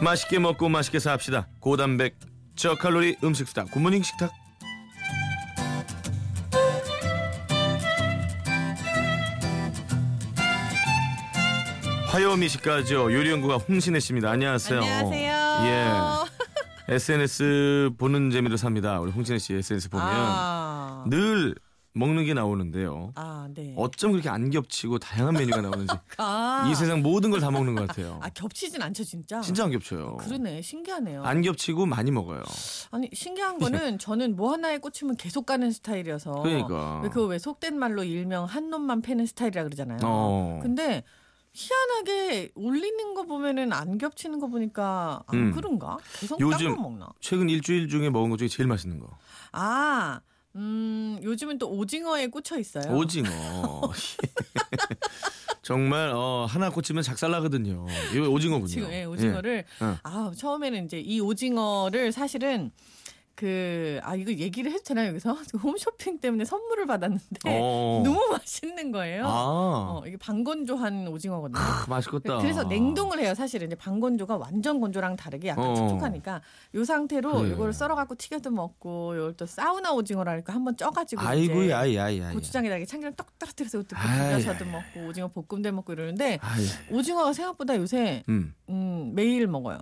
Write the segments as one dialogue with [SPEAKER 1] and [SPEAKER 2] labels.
[SPEAKER 1] 맛있게 먹고 맛있게 삽시다. 고단백 저칼로리 음식 수다. 굿모닝 식탁. 화요 미식가죠. 요리 연구가 홍신혜 씨입니다. 안녕하세요.
[SPEAKER 2] 안녕하세요.
[SPEAKER 1] 예. SNS 보는 재미로 삽니다. 우리 홍신혜 씨 SNS 보면
[SPEAKER 2] 아,
[SPEAKER 1] 늘 먹는 게 나오는데요.
[SPEAKER 2] 아, 네.
[SPEAKER 1] 어쩜 그렇게 안 겹치고 다양한 메뉴가 나오는지
[SPEAKER 2] 아,
[SPEAKER 1] 이 세상 모든 걸 다 먹는 것 같아요.
[SPEAKER 2] 아 겹치진 않죠 진짜.
[SPEAKER 1] 진짜 안 겹쳐요.
[SPEAKER 2] 그러네 신기하네요.
[SPEAKER 1] 안 겹치고 많이 먹어요.
[SPEAKER 2] 아니 신기한 거는 저는 뭐 하나에 꽂히면 계속 가는 스타일이어서.
[SPEAKER 1] 네. 그러니까.
[SPEAKER 2] 왜 그거 왜 속된 말로 일명 한 놈만 패는 스타일이라 그러잖아요.
[SPEAKER 1] 어.
[SPEAKER 2] 근데 희한하게 올리는 거 보면은 안 겹치는 거 보니까 안
[SPEAKER 1] 음.
[SPEAKER 2] 그런가? 계속
[SPEAKER 1] 요즘-
[SPEAKER 2] 딴거 먹나?
[SPEAKER 1] 최근 일주일 중에 먹은 것 중에 제일 맛있는 거.
[SPEAKER 2] 아, 음 요즘은 또 오징어에 꽂혀 있어요.
[SPEAKER 1] 오징어. 정말 어, 하나 꽂히면 작살나거든요. 이거 오징어군요.
[SPEAKER 2] 지금 예, 오징어를
[SPEAKER 1] 예. 어.
[SPEAKER 2] 아 처음에는 이제 이 오징어를 사실은 그 아 이거 얘기를 해도 되나 요 여기서 그 홈쇼핑 때문에 선물을 받았는데
[SPEAKER 1] 어.
[SPEAKER 2] 네. 너무 맛있는 거예요.
[SPEAKER 1] 아,
[SPEAKER 2] 어, 이게 반건조한 오징어거든요.
[SPEAKER 1] 아, 맛있겠다.
[SPEAKER 2] 그래서 냉동을 해요. 사실은 이제 반건조가 완전 건조랑 다르게 약간
[SPEAKER 1] 어.
[SPEAKER 2] 촉촉하니까 요 상태로
[SPEAKER 1] 그래.
[SPEAKER 2] 이걸 썰어갖고 튀겨도 먹고 이걸 또 사우나 오징어라니까 한번 쪄가지고
[SPEAKER 1] 아이고,
[SPEAKER 2] 이제
[SPEAKER 1] 야이, 야이, 야이.
[SPEAKER 2] 고추장에다가 이렇게 참기름 떡 떨어뜨려서 이것도
[SPEAKER 1] 아이,
[SPEAKER 2] 비벼서도
[SPEAKER 1] 아이,
[SPEAKER 2] 먹고 오징어 볶음도 먹고 이러는데
[SPEAKER 1] 아이,
[SPEAKER 2] 오징어가 생각보다 요새
[SPEAKER 1] 음.
[SPEAKER 2] 음, 매일 먹어요.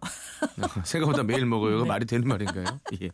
[SPEAKER 1] 생각보다 매일 먹어요. 이거
[SPEAKER 2] 네.
[SPEAKER 1] 말이 되는 말인가요? 예.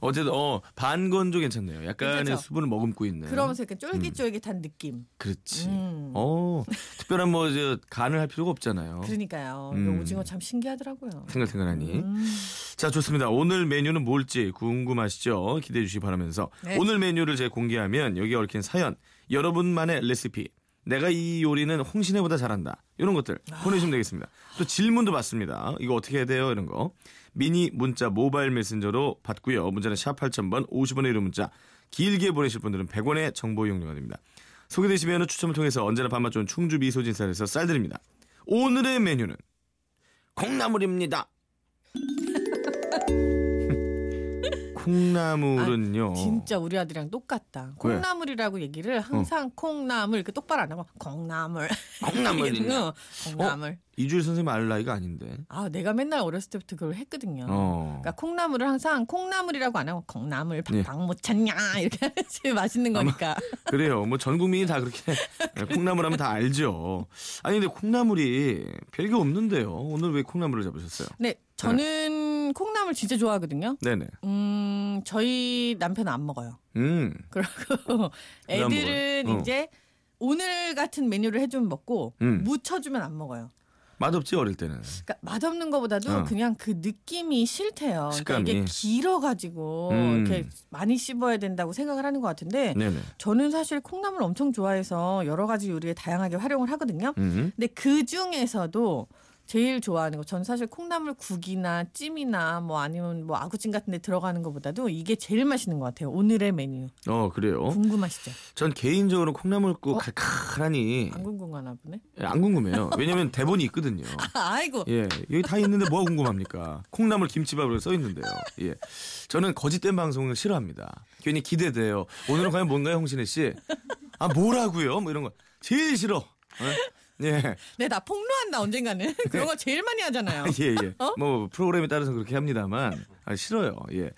[SPEAKER 1] 어쨌든 어 반건조 괜찮네요. 약간의
[SPEAKER 2] 괜찮죠?
[SPEAKER 1] 수분을 머금고 있는.
[SPEAKER 2] 그러면서 이렇게 쫄깃쫄깃한 느낌.
[SPEAKER 1] 네. 음. 그렇지.
[SPEAKER 2] 음.
[SPEAKER 1] 어 특별한 뭐 이제 간을 할 필요가 없잖아요.
[SPEAKER 2] 그러니까요.
[SPEAKER 1] 음.
[SPEAKER 2] 이 오징어 참 신기하더라고요.
[SPEAKER 1] 생각생각하니.
[SPEAKER 2] 음.
[SPEAKER 1] 자 좋습니다. 오늘 메뉴는 뭘지 궁금하시죠? 기대해 주시기 바라면서
[SPEAKER 2] 네.
[SPEAKER 1] 오늘 메뉴를 제 공개하면 여기 얽힌 사연, 요여러분만의 레시피, 내가 이 요리는 홍신혜보다 잘한다 이런 것들 보내주시면 되겠습니다. 또 질문도 받습니다. 이거 어떻게 해야 돼요? 이런 거 미니 문자 모바일 메신저로 받고요. 문자는 샵 8000번 50원의 유료 문자 길게 보내실 분들은 100원의 정보 이용료가 됩니다. 소개되시면 추첨을 통해서 언제나 밥맛 좋은 충주 미소진쌀에서 쌀 드립니다. 오늘의 메뉴는 콩나물입니다. 콩나물은요.
[SPEAKER 2] 진짜 우리 아들이랑 똑같다.
[SPEAKER 1] 어. 왜? 어.
[SPEAKER 2] 콩나물이라고 얘기를 항상 콩나물 그 똑바로 안 하고 콩나물.
[SPEAKER 1] 콩나물입니다.
[SPEAKER 2] 응, 콩나물.
[SPEAKER 1] 이주일 선생님 알 나이가 아닌데.
[SPEAKER 2] 아 내가 맨날 어렸을 때부터 그걸 했거든요.
[SPEAKER 1] 어.
[SPEAKER 2] 그러니까 콩나물을 항상 콩나물이라고 안 하고 콩나물
[SPEAKER 1] 예.
[SPEAKER 2] 박박 못 찾냐 이렇게 하지 맛있는 거니까.
[SPEAKER 1] 그래요. 뭐 전 국민이 다 그렇게 콩나물 하면 다 알죠. 아니 근데 콩나물이 별게 없는데요. 오늘 왜 콩나물을 잡으셨어요?
[SPEAKER 2] 근데 저는 콩나물 진짜 좋아하거든요.
[SPEAKER 1] 네네.
[SPEAKER 2] 음 저희 남편은 안 먹어요.
[SPEAKER 1] 음.
[SPEAKER 2] 그리고
[SPEAKER 1] 왜안
[SPEAKER 2] 어. 애들은
[SPEAKER 1] 먹어요? 어.
[SPEAKER 2] 이제 오늘 같은 메뉴를 해주면 먹고
[SPEAKER 1] 음.
[SPEAKER 2] 무쳐주면 안 먹어요.
[SPEAKER 1] 맛없지 어릴 때는.
[SPEAKER 2] 그러니까 맛없는 것보다도
[SPEAKER 1] 어.
[SPEAKER 2] 그냥 그 느낌이 싫대요. 그러니까
[SPEAKER 1] 식감이.
[SPEAKER 2] 이게 길어가지고
[SPEAKER 1] 음.
[SPEAKER 2] 이렇게 많이 씹어야 된다고 생각을 하는 것 같은데
[SPEAKER 1] 네네.
[SPEAKER 2] 저는 사실 콩나물 엄청 좋아해서 여러 가지 요리에 다양하게 활용을 하거든요.
[SPEAKER 1] 음.
[SPEAKER 2] 근데 그 중에서도 제일 좋아하는 거 저는 사실 콩나물 국이나 찜이나 뭐 아니면 뭐 아구찜 같은 데 들어가는 것보다도 이게 제일 맛있는 것 같아요. 오늘의 메뉴.
[SPEAKER 1] 어 그래요.
[SPEAKER 2] 궁금하시죠?
[SPEAKER 1] 전 개인적으로 콩나물국 칼칼하니
[SPEAKER 2] 안 궁금하나 보네.
[SPEAKER 1] 안 궁금해요. 왜냐면 대본이 있거든요.
[SPEAKER 2] 아이고.
[SPEAKER 1] 예, 여기 다 있는데 뭐가 궁금합니까? 콩나물 김치밥으로 써 있는데요. 예, 저는 거짓된 방송을 싫어합니다. 괜히 기대돼요. 오늘은 과연 뭔가요, 홍신혜 씨? 아 뭐라고요? 뭐 이런 거 제일 싫어. 예, 예,
[SPEAKER 2] 네, 나 폭로한다 언젠가는. 그런 거 제일 많이 하잖아요.
[SPEAKER 1] 예. 예.
[SPEAKER 2] 어?
[SPEAKER 1] 뭐 프로그램에 따라서 그렇게 합니다만 아, 싫어요. 예.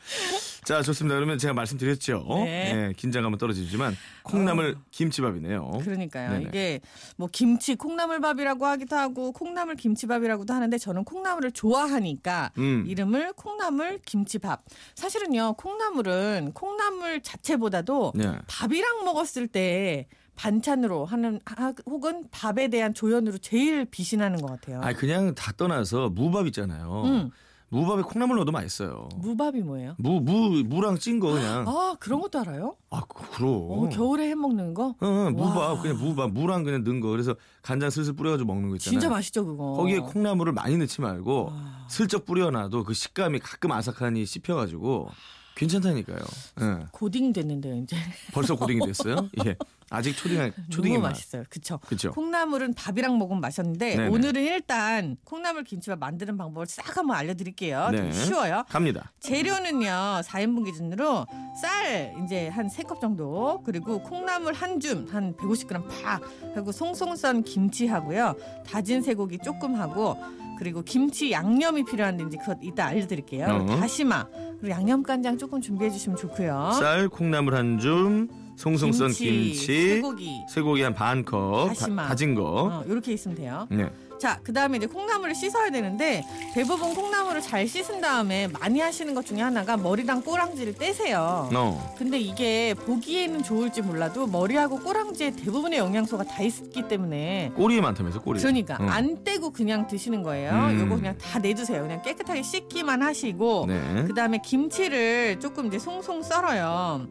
[SPEAKER 1] 자, 좋습니다. 그러면 제가 말씀드렸죠.
[SPEAKER 2] 네.
[SPEAKER 1] 예, 긴장감은 떨어지지만 콩나물 김치밥이네요.
[SPEAKER 2] 그러니까요.
[SPEAKER 1] 어? 네네.
[SPEAKER 2] 이게 뭐 김치 콩나물밥이라고 하기도 하고 콩나물 김치밥이라고도 하는데 저는 콩나물을 좋아하니까
[SPEAKER 1] 음.
[SPEAKER 2] 이름을 콩나물 김치밥. 사실은요. 콩나물은 콩나물 자체보다도
[SPEAKER 1] 네.
[SPEAKER 2] 밥이랑 먹었을 때 반찬으로 하는 하- 혹은 밥에 대한 조연으로 제일 비신하는 것 같아요.
[SPEAKER 1] 아 그냥 다 떠나서 무밥 있잖아요.
[SPEAKER 2] 음.
[SPEAKER 1] 무밥에 콩나물 넣어도 맛있어요.
[SPEAKER 2] 무밥이 뭐예요?
[SPEAKER 1] 무 무 무, 랑 찐 거 그냥.
[SPEAKER 2] 아 그런 것도 알아요?
[SPEAKER 1] 아 그- 그럼.
[SPEAKER 2] 어, 겨울에 해 먹는 거?
[SPEAKER 1] 응, 응,
[SPEAKER 2] 와.
[SPEAKER 1] 무밥 그냥 무밥 무랑 그냥 넣은 거 그래서 간장 슬슬 뿌려가지고 먹는 거 있잖아요.
[SPEAKER 2] 진짜 맛있죠 어. 그거.
[SPEAKER 1] 거기에 콩나물을 많이 넣지 말고
[SPEAKER 2] 아.
[SPEAKER 1] 슬쩍 뿌려놔도 그 식감이 가끔 아삭하니 씹혀가지고 괜찮다니까요. 예.
[SPEAKER 2] 고딩 됐는데요 이제.
[SPEAKER 1] 벌써 고딩이 됐어요. 예. 아직 초딩
[SPEAKER 2] 너무
[SPEAKER 1] 초딩이만.
[SPEAKER 2] 맛있어요. 그쵸.
[SPEAKER 1] 그렇죠.
[SPEAKER 2] 콩나물은 밥이랑 먹으면 맛있는데
[SPEAKER 1] 네네.
[SPEAKER 2] 오늘은 일단 콩나물 김치밥 만드는 방법을 싹 한번 알려드릴게요.
[SPEAKER 1] 네.
[SPEAKER 2] 좀 쉬워요.
[SPEAKER 1] 갑니다.
[SPEAKER 2] 재료는요 4인분 기준으로 쌀 이제 한 3컵 정도 그리고 콩나물 한 줌 한 150g 팍 하고 송송 썬 김치 하고요 다진 쇠고기 조금 하고 그리고 김치 양념이 필요한데 이제 그것 이따 알려드릴게요
[SPEAKER 1] 어.
[SPEAKER 2] 다시마 그리고 양념 간장 조금 준비해 주시면 좋고요
[SPEAKER 1] 쌀, 콩나물 한 줌, 송송 썬 김치,
[SPEAKER 2] 쇠고기
[SPEAKER 1] 쇠고기 한 반 컵, 다,
[SPEAKER 2] 다시마.
[SPEAKER 1] 다진 거.
[SPEAKER 2] 어, 이렇게 있으면 돼요
[SPEAKER 1] 네.
[SPEAKER 2] 자, 그 다음에 이제 콩나물을 씻어야 되는데 대부분 콩나물을 잘 씻은 다음에 많이 하시는 것 중에 하나가 머리랑 꼬랑지를 떼세요.
[SPEAKER 1] 어.
[SPEAKER 2] 근데 이게 보기에는 좋을지 몰라도 머리하고 꼬랑지에 대부분의 영양소가 다 있기 때문에
[SPEAKER 1] 꼬리에 많다면서 꼬리.
[SPEAKER 2] 그러니까
[SPEAKER 1] 어.
[SPEAKER 2] 안 떼고 그냥 드시는 거예요.
[SPEAKER 1] 음.
[SPEAKER 2] 요거 그냥 다 내주세요. 그냥 깨끗하게 씻기만 하시고
[SPEAKER 1] 네.
[SPEAKER 2] 그 다음에 김치를 조금 이제 송송 썰어요.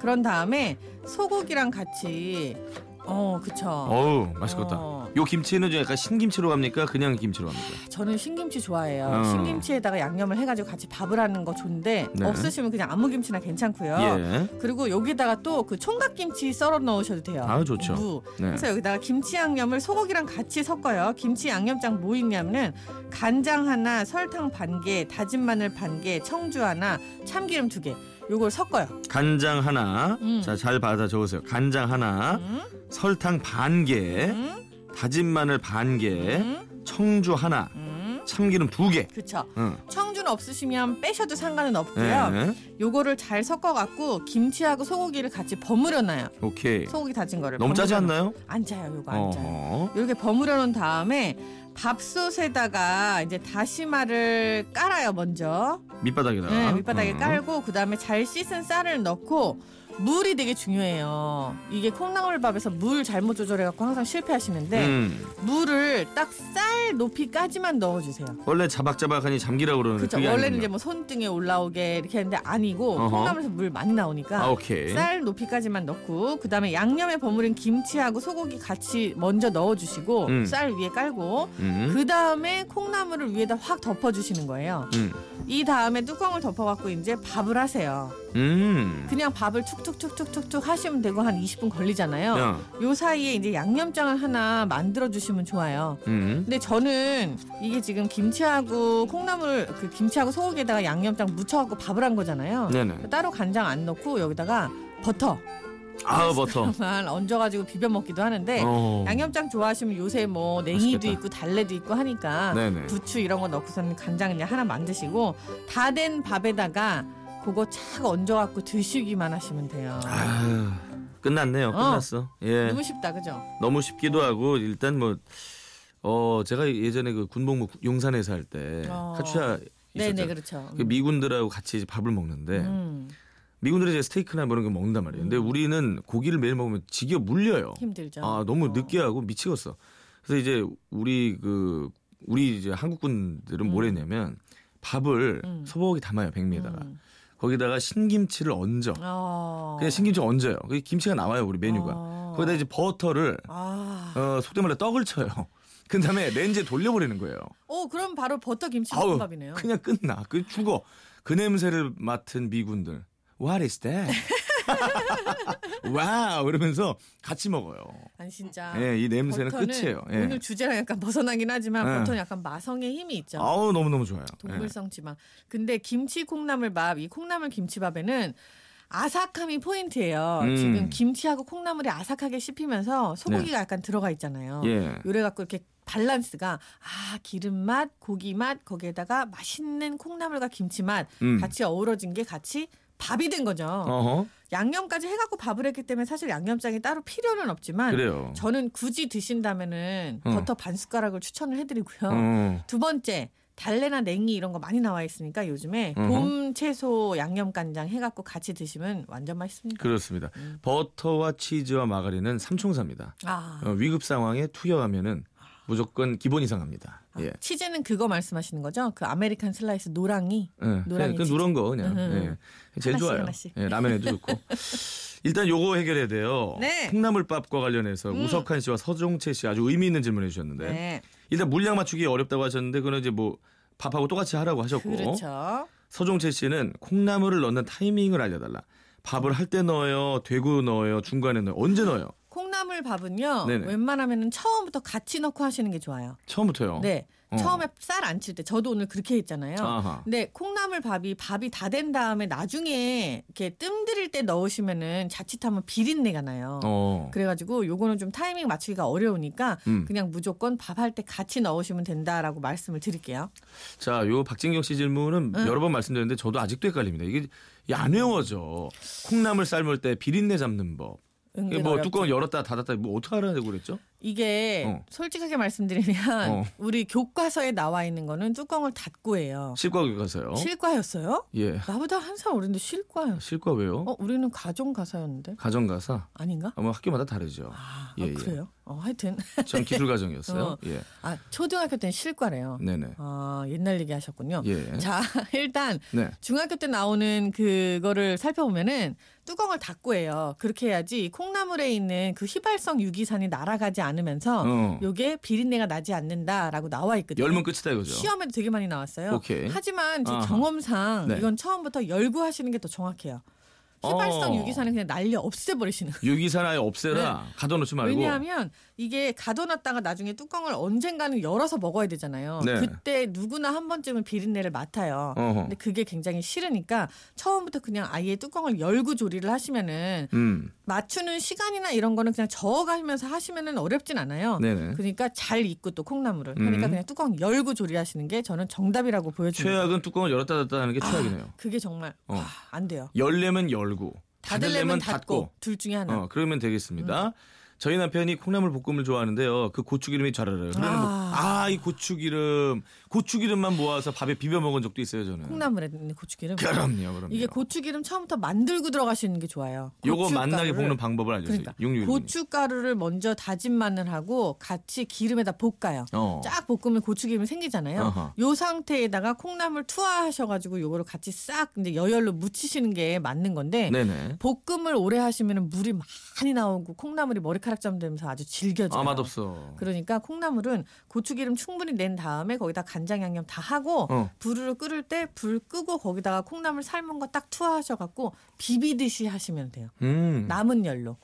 [SPEAKER 2] 그런 다음에 소고기랑 같이 어 그쵸.
[SPEAKER 1] 어우 맛있겠다.
[SPEAKER 2] 어.
[SPEAKER 1] 요 김치는 좀 약간 신김치로 갑니까? 그냥 김치로 갑니까?
[SPEAKER 2] 저는 신김치 좋아해요.
[SPEAKER 1] 어.
[SPEAKER 2] 신김치에다가 양념을 해가지고 같이 밥을 하는 거 좋은데
[SPEAKER 1] 네.
[SPEAKER 2] 없으시면 그냥 아무김치나 괜찮고요.
[SPEAKER 1] 예.
[SPEAKER 2] 그리고 여기다가 또 그 총각김치 썰어 넣으셔도 돼요.
[SPEAKER 1] 아, 좋죠.
[SPEAKER 2] 무.
[SPEAKER 1] 네.
[SPEAKER 2] 그래서 여기다가 김치 양념을 소고기랑 같이 섞어요. 김치 양념장 뭐 있냐면은 간장 하나, 설탕 반 개, 다진 마늘 반 개, 청주 하나, 참기름 두 개. 요걸 섞어요.
[SPEAKER 1] 간장 하나.
[SPEAKER 2] 음.
[SPEAKER 1] 자, 잘 받아 적으세요. 간장 하나,
[SPEAKER 2] 음,
[SPEAKER 1] 설탕 반 개,
[SPEAKER 2] 음,
[SPEAKER 1] 다진 마늘 반 개,
[SPEAKER 2] 음,
[SPEAKER 1] 청주 하나,
[SPEAKER 2] 음.
[SPEAKER 1] 참기름 두 개.
[SPEAKER 2] 그쵸.
[SPEAKER 1] 응.
[SPEAKER 2] 청주는 없으시면 빼셔도 상관은 없고요.
[SPEAKER 1] 예.
[SPEAKER 2] 요거를 잘 섞어갖고 김치하고 소고기를 같이 버무려놔요.
[SPEAKER 1] 오케이.
[SPEAKER 2] 소고기 다진 거를
[SPEAKER 1] 예. 너무 짜지
[SPEAKER 2] 버무려놔-
[SPEAKER 1] 않나요?
[SPEAKER 2] 안 짜요, 요거 안 짜요.
[SPEAKER 1] 어허.
[SPEAKER 2] 이렇게 버무려 놓은 다음에 밥솥에다가 이제 다시마를 깔아요 먼저
[SPEAKER 1] 밑바닥에다가.
[SPEAKER 2] 네, 밑바닥에
[SPEAKER 1] 음.
[SPEAKER 2] 깔고 그다음에 잘 씻은 쌀을 넣고 물이 되게 중요해요 이게 콩나물밥에서 물 잘못 조절해 갖고 항상 실패하시는데
[SPEAKER 1] 음.
[SPEAKER 2] 물을 딱 쌀 높이까지만 넣어주세요
[SPEAKER 1] 원래 자박자박하니 잠기라고 그러는데
[SPEAKER 2] 그죠
[SPEAKER 1] 그게
[SPEAKER 2] 원래는
[SPEAKER 1] 아니군요.
[SPEAKER 2] 이제 뭐 손등에 올라오게 이렇게 했는데 아니고
[SPEAKER 1] 어허.
[SPEAKER 2] 콩나물에서 물 많이 나오니까
[SPEAKER 1] 아, 오케이.
[SPEAKER 2] 쌀 높이까지만 넣고 그다음에 양념에 버무린 김치하고 소고기 같이 먼저 넣어주시고
[SPEAKER 1] 음.
[SPEAKER 2] 쌀 위에 깔고
[SPEAKER 1] 음.
[SPEAKER 2] 그 다음에 콩나물을 위에다 확 덮어주시는 거예요.
[SPEAKER 1] 음.
[SPEAKER 2] 이 다음에 뚜껑을 덮어갖고 이제 밥을 하세요.
[SPEAKER 1] 음.
[SPEAKER 2] 그냥 밥을 툭툭툭툭툭툭 하시면 되고 한 20분 걸리잖아요.
[SPEAKER 1] 야.
[SPEAKER 2] 요 사이에 이제 양념장을 하나 만들어 주시면 좋아요.
[SPEAKER 1] 음.
[SPEAKER 2] 근데 저는 이게 지금 김치하고 콩나물 그 김치하고 소고기에다가 양념장 묻혀갖고 밥을 한 거잖아요.
[SPEAKER 1] 네네.
[SPEAKER 2] 따로 간장 안 넣고 여기다가 버터
[SPEAKER 1] 아, 버터.
[SPEAKER 2] 만 얹어가지고 비벼 먹기도 하는데
[SPEAKER 1] 어.
[SPEAKER 2] 네. 양념장 좋아하시면 요새 뭐 냉이도
[SPEAKER 1] 맛있겠다.
[SPEAKER 2] 있고 달래도 있고 하니까
[SPEAKER 1] 네네.
[SPEAKER 2] 부추 이런 거 넣고서는 간장 그냥 하나 만드시고 다 된 밥에다가 그거 착 얹어갖고 드시기만 하시면 돼요.
[SPEAKER 1] 아, 끝났네요. 끝났어. 예.
[SPEAKER 2] 너무 쉽다, 그죠?
[SPEAKER 1] 너무 쉽기도 하고 일단 뭐 어, 제가 예전에 그 군복무 용산에서 할 때
[SPEAKER 2] 어.
[SPEAKER 1] 카츠야
[SPEAKER 2] 네네,
[SPEAKER 1] 있었잖아요.
[SPEAKER 2] 그렇죠.
[SPEAKER 1] 그 미군들하고 네. 같이 이제 밥을 먹는데
[SPEAKER 2] 음,
[SPEAKER 1] 미군들이 이제 스테이크나 뭐 이런 거 먹는단 말이에요. 근데 우리는 고기를 매일 먹으면 지겨 물려요.
[SPEAKER 2] 힘들죠.
[SPEAKER 1] 아 너무
[SPEAKER 2] 어.
[SPEAKER 1] 느끼하고 미치겠어. 그래서 이제 우리 그 우리 이제 한국군들은 뭘 했냐면 밥을
[SPEAKER 2] 음.
[SPEAKER 1] 소복이 담아요 백미에다가
[SPEAKER 2] 음.
[SPEAKER 1] 거기다가 신김치를 얹어.
[SPEAKER 2] 어.
[SPEAKER 1] 그냥 신김치 얹어요. 그 김치가 나와요 우리 메뉴가.
[SPEAKER 2] 어.
[SPEAKER 1] 거기다 이제 버터를
[SPEAKER 2] 아.
[SPEAKER 1] 어, 속된 말로 떡을 쳐요. 그 다음에 렌즈에 돌려버리는 거예요.
[SPEAKER 2] 오, 어, 그럼 바로 버터 김치
[SPEAKER 1] 아우,
[SPEAKER 2] 볶음밥이네요.
[SPEAKER 1] 그냥 끝나. 그 죽어. 그 냄새를 맡은 미군들. What is that? 와우 이러면서 같이 먹어요.
[SPEAKER 2] 아니 진짜.
[SPEAKER 1] 예, 이 냄새는
[SPEAKER 2] 버터는
[SPEAKER 1] 끝이에요. 예.
[SPEAKER 2] 오늘 주제랑 약간 벗어나긴 하지만
[SPEAKER 1] 예.
[SPEAKER 2] 버터는 약간 마성의 힘이 있죠.
[SPEAKER 1] 아우 너무 너무 좋아요. 예.
[SPEAKER 2] 동물성 지방. 근데 김치 콩나물밥 이 콩나물 김치밥에는 아삭함이 포인트예요.
[SPEAKER 1] 음.
[SPEAKER 2] 지금 김치하고 콩나물이 아삭하게 씹히면서 소고기가 약간 들어가 있잖아요.
[SPEAKER 1] 네. 예.
[SPEAKER 2] 요래 갖고 이렇게 밸런스가 아 기름 맛, 고기 맛 거기에다가 맛있는 콩나물과 김치 맛
[SPEAKER 1] 음.
[SPEAKER 2] 같이 어우러진 게 같이 밥이 된 거죠.
[SPEAKER 1] 어허.
[SPEAKER 2] 양념까지 해갖고 밥을 했기 때문에 사실 양념장이 따로 필요는 없지만
[SPEAKER 1] 그래요.
[SPEAKER 2] 저는 굳이 드신다면은
[SPEAKER 1] 어.
[SPEAKER 2] 버터 반 숟가락을 추천을 해드리고요.
[SPEAKER 1] 어.
[SPEAKER 2] 두 번째 달래나 냉이 이런 거 많이 나와 있으니까 요즘에
[SPEAKER 1] 어허.
[SPEAKER 2] 봄 채소 양념 간장 해갖고 같이 드시면 완전 맛있습니다.
[SPEAKER 1] 그렇습니다.
[SPEAKER 2] 음.
[SPEAKER 1] 버터와 치즈와 마가린은 삼총사입니다.
[SPEAKER 2] 아,
[SPEAKER 1] 어, 위급 상황에 투여하면은 무조건 기본 이상 합니다.
[SPEAKER 2] 아,
[SPEAKER 1] 예.
[SPEAKER 2] 치즈는 그거 말씀하시는 거죠? 그 아메리칸 슬라이스 노랑이.
[SPEAKER 1] 예,
[SPEAKER 2] 노랑이
[SPEAKER 1] 그냥 그
[SPEAKER 2] 치즈.
[SPEAKER 1] 누런 거 그냥
[SPEAKER 2] 으흠.
[SPEAKER 1] 예. 제일
[SPEAKER 2] 하나씩,
[SPEAKER 1] 좋아요.
[SPEAKER 2] 하나씩.
[SPEAKER 1] 예, 라면에도 좋고. 일단 요거 해결해야 돼요.
[SPEAKER 2] 네.
[SPEAKER 1] 콩나물밥과 관련해서
[SPEAKER 2] 음.
[SPEAKER 1] 우석한 씨와 서종채 씨 아주 의미 있는 질문해 주셨는데
[SPEAKER 2] 네,
[SPEAKER 1] 일단 물량 맞추기 어렵다고 하셨는데 그는 이제 뭐 밥하고 똑같이 하라고 하셨고
[SPEAKER 2] 그렇죠.
[SPEAKER 1] 서종채 씨는 콩나물을 넣는 타이밍을 알려달라. 밥을 할 때 넣어요, 되고 넣어요, 중간에 넣어요, 언제 넣어요?
[SPEAKER 2] 콩나물 밥은요.
[SPEAKER 1] 네네.
[SPEAKER 2] 웬만하면 처음부터 같이 넣고 하시는 게 좋아요.
[SPEAKER 1] 처음부터요.
[SPEAKER 2] 네.
[SPEAKER 1] 어.
[SPEAKER 2] 처음에 쌀 안 칠 때 저도 오늘 그렇게 했잖아요.
[SPEAKER 1] 아하.
[SPEAKER 2] 근데 콩나물 밥이 밥이 다 된 다음에 나중에 이렇게 뜸 들일 때 넣으시면은 자칫하면 비린내가 나요.
[SPEAKER 1] 어.
[SPEAKER 2] 네. 그래가지고 요거는 좀 타이밍 맞추기가 어려우니까
[SPEAKER 1] 음.
[SPEAKER 2] 그냥 무조건 밥 할 때 같이 넣으시면 된다라고 말씀을 드릴게요.
[SPEAKER 1] 자, 요 박진경 씨 질문은
[SPEAKER 2] 응.
[SPEAKER 1] 여러 번 말씀드렸는데 저도 아직도 헷갈립니다. 이게 이게 안 외워져. 콩나물 삶을 때 비린내 잡는 법. 이게
[SPEAKER 2] 은근
[SPEAKER 1] 뭐
[SPEAKER 2] 어렵죠.
[SPEAKER 1] 뚜껑 열었다 닫았다 뭐 어떻게 하라고 그랬죠?
[SPEAKER 2] 이게
[SPEAKER 1] 어.
[SPEAKER 2] 솔직하게 말씀드리면
[SPEAKER 1] 어.
[SPEAKER 2] 우리 교과서에 나와 있는 거는 뚜껑을 닫고 해요.
[SPEAKER 1] 실과 교과서요.
[SPEAKER 2] 실과였어요?
[SPEAKER 1] 예.
[SPEAKER 2] 나보다 한 살 어린데 실과였어.
[SPEAKER 1] 실과 왜요?
[SPEAKER 2] 어, 우리는 가정 가사였는데
[SPEAKER 1] 가정 가사.
[SPEAKER 2] 아닌가?
[SPEAKER 1] 아마 학교마다 다르죠.
[SPEAKER 2] 아,
[SPEAKER 1] 예,
[SPEAKER 2] 아,
[SPEAKER 1] 예.
[SPEAKER 2] 그래요? 어, 하여튼
[SPEAKER 1] 전 기술 가정이었어요.
[SPEAKER 2] 어.
[SPEAKER 1] 예.
[SPEAKER 2] 아 초등학교 때는 실과래요.
[SPEAKER 1] 네네.
[SPEAKER 2] 아 옛날 얘기 하셨군요.
[SPEAKER 1] 예.
[SPEAKER 2] 자 일단
[SPEAKER 1] 네.
[SPEAKER 2] 중학교 때 나오는 그거를 살펴보면은 뚜껑을 닫고 해요. 그렇게 해야지 콩나물에 있는 그 휘발성 유기산이 날아가지 않으면서
[SPEAKER 1] 어.
[SPEAKER 2] 요게 비린내가 나지 않는다라고 나와 있거든요.
[SPEAKER 1] 열면 끝이다 이거죠.
[SPEAKER 2] 시험에도 되게 많이 나왔어요.
[SPEAKER 1] 오케이.
[SPEAKER 2] 하지만 제
[SPEAKER 1] 아하.
[SPEAKER 2] 경험상
[SPEAKER 1] 네.
[SPEAKER 2] 이건 처음부터 열구하시는 게 더 정확해요. 휘발성
[SPEAKER 1] 어.
[SPEAKER 2] 유기산을 그냥 날려 없애버리시는. 거예요.
[SPEAKER 1] 유기산 아예 없애라. 가둬놓지 말고.
[SPEAKER 2] 왜냐하면 이게 가둬놨다가 나중에 뚜껑을 언젠가는 열어서 먹어야 되잖아요.
[SPEAKER 1] 네.
[SPEAKER 2] 그때 누구나 한 번쯤은 비린내를 맡아요.
[SPEAKER 1] 어허.
[SPEAKER 2] 근데 그게 굉장히 싫으니까 처음부터 그냥 아예 뚜껑을 열고 조리를 하시면은
[SPEAKER 1] 음.
[SPEAKER 2] 맞추는 시간이나 이런 거는 그냥 저어가면서 하시면은 어렵진 않아요.
[SPEAKER 1] 네네.
[SPEAKER 2] 그러니까 잘 익고 또 콩나물을
[SPEAKER 1] 음.
[SPEAKER 2] 그러니까 그냥 뚜껑 열고 조리하시는 게 저는 정답이라고 보여집니다.
[SPEAKER 1] 최악은 뚜껑을 열었다 닫았다 하는 게 최악이네요.
[SPEAKER 2] 그게 정말
[SPEAKER 1] 어.
[SPEAKER 2] 와, 안 돼요.
[SPEAKER 1] 열려면 열고
[SPEAKER 2] 닫으려면 닫고 둘 중에 하나. 음.
[SPEAKER 1] 어, 그러면 되겠습니다. 저희 남편이 콩나물 볶음을 좋아하는데요. 그 고추기름이 자라라요. 그러면 아, 뭐,
[SPEAKER 2] 아.
[SPEAKER 1] 아, 이 고추기름. 고추기름만 모아서 밥에 비벼 먹은 적도 있어요, 저는.
[SPEAKER 2] 콩나물에 있는 고추기름.
[SPEAKER 1] 그럼요, 그럼요.
[SPEAKER 2] 이게 고추기름 처음부터 만들고 들어가시는 게 좋아요.
[SPEAKER 1] 요거
[SPEAKER 2] 고춧가루를.
[SPEAKER 1] 맛나게 볶는 방법을 알려주세요.
[SPEAKER 2] 그러니까
[SPEAKER 1] 육류.
[SPEAKER 2] 고춧가루를 먼저 다진 마늘하고 같이 기름에다 볶아요.
[SPEAKER 1] 어.
[SPEAKER 2] 쫙 볶으면 고추기름이 생기잖아요.
[SPEAKER 1] 어허.
[SPEAKER 2] 요 상태에다가 콩나물 투하하셔가지고 요거를 같이 싹 이제 여열로 묻히시는 게 맞는 건데
[SPEAKER 1] 네네.
[SPEAKER 2] 볶음을 오래 하시면 물이 많이 나오고 콩나물이 머리카락점 되면서 아주 질겨져요.
[SPEAKER 1] 아, 맛없어.
[SPEAKER 2] 그러니까 콩나물은 고추기름 충분히 낸 다음에 거기다 간장 양념 다 하고
[SPEAKER 1] 어.
[SPEAKER 2] 불을 끓을 때 불 끄고 거기다가 콩나물 삶은 거 딱 투하하셔갖고 비비듯이 하시면 돼요.
[SPEAKER 1] 음.
[SPEAKER 2] 남은 열로.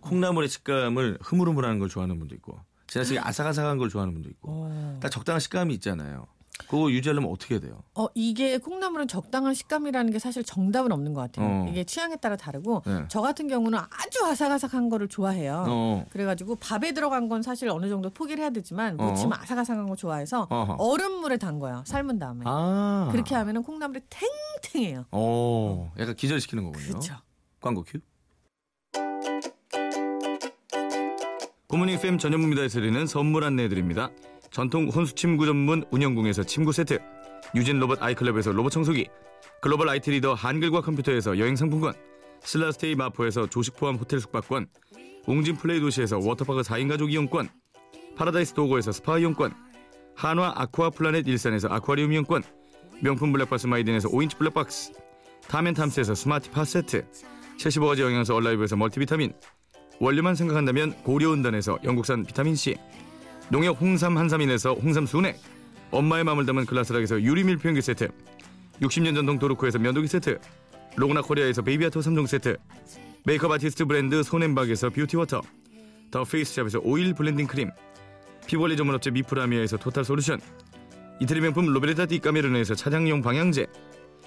[SPEAKER 1] 콩나물의 식감을 흐물흐물하는 걸 좋아하는 분도 있고 지나치게 아삭아삭한 걸 좋아하는 분도 있고 딱 적당한 식감이 있잖아요. 그거 유지하려면 어떻게 해야 돼요?
[SPEAKER 2] 어 이게 콩나물은 적당한 식감이라는 게 사실 정답은 없는 것 같아요.
[SPEAKER 1] 어.
[SPEAKER 2] 이게 취향에 따라 다르고
[SPEAKER 1] 네.
[SPEAKER 2] 저 같은 경우는 아주 아삭아삭한 거를 좋아해요.
[SPEAKER 1] 어.
[SPEAKER 2] 그래가지고 밥에 들어간 건 사실 어느 정도 포기를 해야 되지만
[SPEAKER 1] 어.
[SPEAKER 2] 무침 아삭아삭한 거 좋아해서
[SPEAKER 1] 어허.
[SPEAKER 2] 얼음물에 담궈요. 삶은 다음에
[SPEAKER 1] 아.
[SPEAKER 2] 그렇게 하면은 콩나물이 탱탱해요.
[SPEAKER 1] 어. 약간 기절시키는 거군요.
[SPEAKER 2] 그렇죠.
[SPEAKER 1] 광고 큐. 굿모닝 FM 전현무입니다에서 드리는 선물 안내드립니다. 전통 혼수 침구 전문 운영공에서 침구 세트, 유진 로봇 아이클럽에서 로봇 청소기, 글로벌 IT 리더 한글과 컴퓨터에서 여행 상품권, 신라스테이 마포에서 조식 포함 호텔 숙박권, 웅진 플레이 도시에서 워터파크 4인 가족 이용권, 파라다이스 도고에서 스파 이용권, 한화 아쿠아 플라넷 일산에서 아쿠아리움 이용권, 명품 블랙박스 마이딘에서 5인치 블랙박스, 타멘탐스에서 스마트 팟 세트, 75가지 영양소 얼라이브에서 멀티비타민 원료만 생각한다면 고려온단에서 영국산 비타민C 농협 홍삼 한삼인에서 홍삼 순액 엄마의 마음을 담은 글라스락에서 유리 밀폐용기 세트 60년 전통 도르코에서 면도기 세트 로고나 코리아에서 베이비아토 3종 세트 메이크업 아티스트 브랜드 손앤박에서 뷰티워터 더 페이스샵에서 오일 블렌딩 크림 피부관리 전문업체 미프라미아에서 토탈 솔루션 이태리 명품 로베르타 디 까메르네에서 차량용 방향제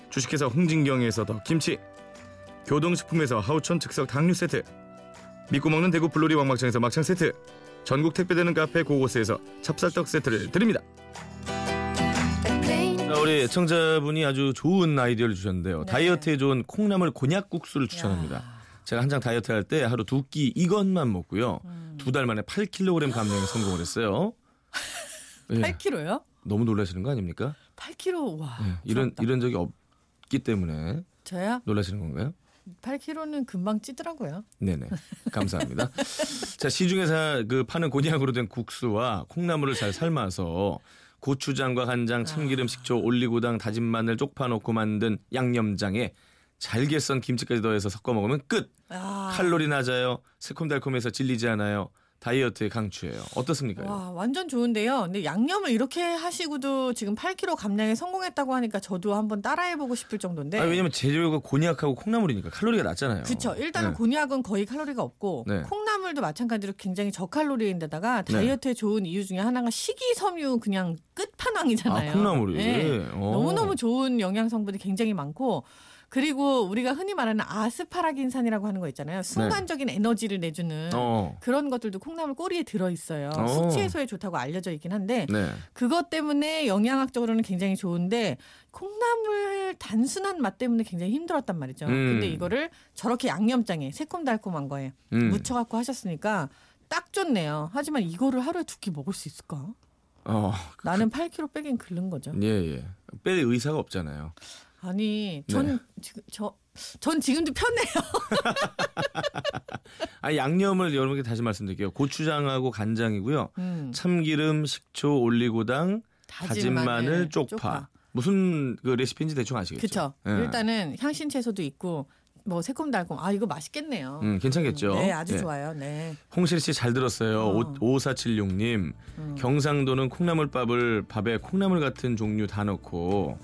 [SPEAKER 1] 주식회사 홍진경에서 더 김치 교동식품에서 하우촌 즉석 당류 세트 믿고 먹는 대구 블로리 왕막장에서 막창 세트 전국 택배되는 카페 고고스에서 찹쌀떡 세트를 드립니다 우리 청자분이 아주 좋은 아이디어를 주셨는데요
[SPEAKER 2] 네.
[SPEAKER 1] 다이어트에 좋은 콩나물 곤약국수를 추천합니다 제가 한창 다이어트 할 때 하루 두 끼 이것만 먹고요
[SPEAKER 2] 음.
[SPEAKER 1] 두 달 만에 8kg 감량에 성공을 했어요 예,
[SPEAKER 2] 8kg요?
[SPEAKER 1] 너무 놀라시는 거 아닙니까?
[SPEAKER 2] 8kg 와.
[SPEAKER 1] 예, 이런
[SPEAKER 2] 부럽다.
[SPEAKER 1] 이런 적이 없기 때문에
[SPEAKER 2] 저야
[SPEAKER 1] 놀라시는 건가요?
[SPEAKER 2] 8kg는 금방 찌더라고요.
[SPEAKER 1] 네네 감사합니다. 자 시중에서 그 파는 곤약으로 된 국수와 콩나물을 잘 삶아서 고추장과
[SPEAKER 2] 아.
[SPEAKER 1] 간장, 참기름, 식초, 올리고당, 다진 마늘, 쪽파 넣고 만든 양념장에 잘게 썬 김치까지 더해서 섞어 먹으면 끝.
[SPEAKER 2] 아,
[SPEAKER 1] 칼로리 낮아요. 새콤달콤해서 질리지 않아요.
[SPEAKER 3] 다이어트의 강추예요. 어떻습니까? 이거?
[SPEAKER 2] 와 완전 좋은데요. 근데 양념을 이렇게 하시고도 지금 8kg 감량에 성공했다고 하니까 저도 한번 따라해보고 싶을 정도인데.
[SPEAKER 3] 아니, 왜냐면 재료가 곤약하고 콩나물이니까 칼로리가 낮잖아요.
[SPEAKER 2] 그렇죠. 일단은
[SPEAKER 3] 네.
[SPEAKER 2] 곤약은 거의 칼로리가 없고
[SPEAKER 3] 네.
[SPEAKER 2] 콩나물도 마찬가지로 굉장히 저칼로리인데다가
[SPEAKER 3] 네.
[SPEAKER 2] 다이어트에 좋은 이유 중에 하나가 식이섬유 그냥 끝판왕이잖아요.
[SPEAKER 3] 아 콩나물이
[SPEAKER 2] 네.
[SPEAKER 3] 어.
[SPEAKER 2] 너무너무 좋은 영양 성분이 굉장히 많고 그리고 우리가 흔히 말하는 아스파라긴산이라고 하는 거 있잖아요. 순간적인 에너지를 내주는
[SPEAKER 3] 네. 어.
[SPEAKER 2] 그런 것들도 콩나물 꼬리에 들어 있어요.
[SPEAKER 3] 어.
[SPEAKER 2] 숙취 해소에 좋다고 알려져 있긴 한데
[SPEAKER 3] 네.
[SPEAKER 2] 그것 때문에 영양학적으로는 굉장히 좋은데 콩나물 단순한 맛 때문에 굉장히 힘들었단 말이죠.
[SPEAKER 3] 음.
[SPEAKER 2] 근데 이거를 저렇게 양념장에 새콤달콤한 거에
[SPEAKER 3] 음.
[SPEAKER 2] 묻혀 갖고 하셨으니까 딱 좋네요. 하지만 이거를 하루에 두 끼 먹을 수 있을까?
[SPEAKER 3] 어.
[SPEAKER 2] 나는 8kg 빼긴 글른 거죠.
[SPEAKER 3] 예 예. 뺄 의사가 없잖아요.
[SPEAKER 2] 아니, 전
[SPEAKER 3] 네.
[SPEAKER 2] 지금 저 전 지금도 편해요.
[SPEAKER 3] 아 양념을 여러분께 다시 말씀드릴게요. 고추장하고 간장이고요.
[SPEAKER 2] 음,
[SPEAKER 3] 참기름, 식초, 올리고당, 다진 마늘, 쪽파. 무슨 그 레시피인지 대충
[SPEAKER 2] 그렇죠.
[SPEAKER 3] 아시겠죠? 예.
[SPEAKER 2] 일단은 향신 채소도 있고 뭐 새콤달콤. 아, 이거 맛있겠네요.
[SPEAKER 3] 음, 괜찮겠죠?
[SPEAKER 2] 네, 아주
[SPEAKER 3] 예.
[SPEAKER 2] 좋아요. 네.
[SPEAKER 3] 홍실 씨 잘 들었어요.
[SPEAKER 2] 어.
[SPEAKER 3] 5476님.
[SPEAKER 2] 음.
[SPEAKER 3] 경상도는 콩나물밥을 밥에 콩나물 같은 종류 다 넣고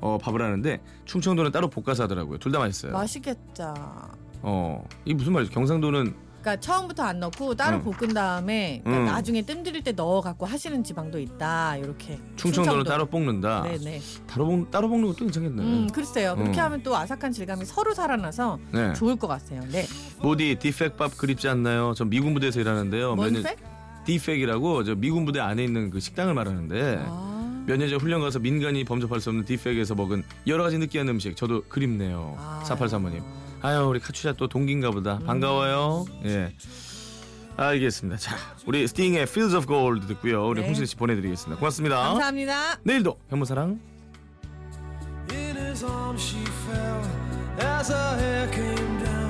[SPEAKER 3] 어, 밥을 하는데 충청도는 따로 볶아서 하더라고요. 둘 다 맛있어요.
[SPEAKER 2] 맛있겠다.
[SPEAKER 3] 어, 이 무슨 말이죠? 경상도는
[SPEAKER 2] 그러니까 처음부터 안 넣고 따로
[SPEAKER 3] 음.
[SPEAKER 2] 볶은 다음에 그러니까
[SPEAKER 3] 음.
[SPEAKER 2] 나중에 뜸 들일 때 넣어 갖고 하시는 지방도 있다. 이렇게.
[SPEAKER 3] 충청도는 따로 볶는다.
[SPEAKER 2] 네네.
[SPEAKER 3] 따로, 볶, 따로 볶는 것도 괜찮겠네.
[SPEAKER 2] 음, 글쎄요. 그렇게
[SPEAKER 3] 음.
[SPEAKER 2] 하면 또 아삭한 질감이 서로 살아나서
[SPEAKER 3] 네.
[SPEAKER 2] 좋을 것 같아요. 네.
[SPEAKER 3] 모디 디팩밥 그립지 않나요? 저 미군 부대에서 일하는데요. 어, 몇 년- 네.
[SPEAKER 2] 뭔데?
[SPEAKER 3] 디팩이라고 저 미군 부대 안에 있는 그 식당을 말하는데
[SPEAKER 2] 아.
[SPEAKER 3] 몇 년 전 훈련 가서 민간이 범접할 수 없는 디팩에서 먹은 여러 가지 느끼한 음식 저도 그립네요.
[SPEAKER 2] 아.
[SPEAKER 3] 사팔사모님. 아유 우리 카츄샤 또 동기인가
[SPEAKER 2] 음.
[SPEAKER 3] 보다. 반가워요. 예. 알겠습니다. 자, 우리 스팅의 Fields of Gold 듣고요. 우리
[SPEAKER 2] 네.
[SPEAKER 3] 홍신 씨 보내드리겠습니다. 고맙습니다.
[SPEAKER 2] 감사합니다.
[SPEAKER 3] 내일도 현모사랑.
[SPEAKER 4] In his arms she fell as her hair came down.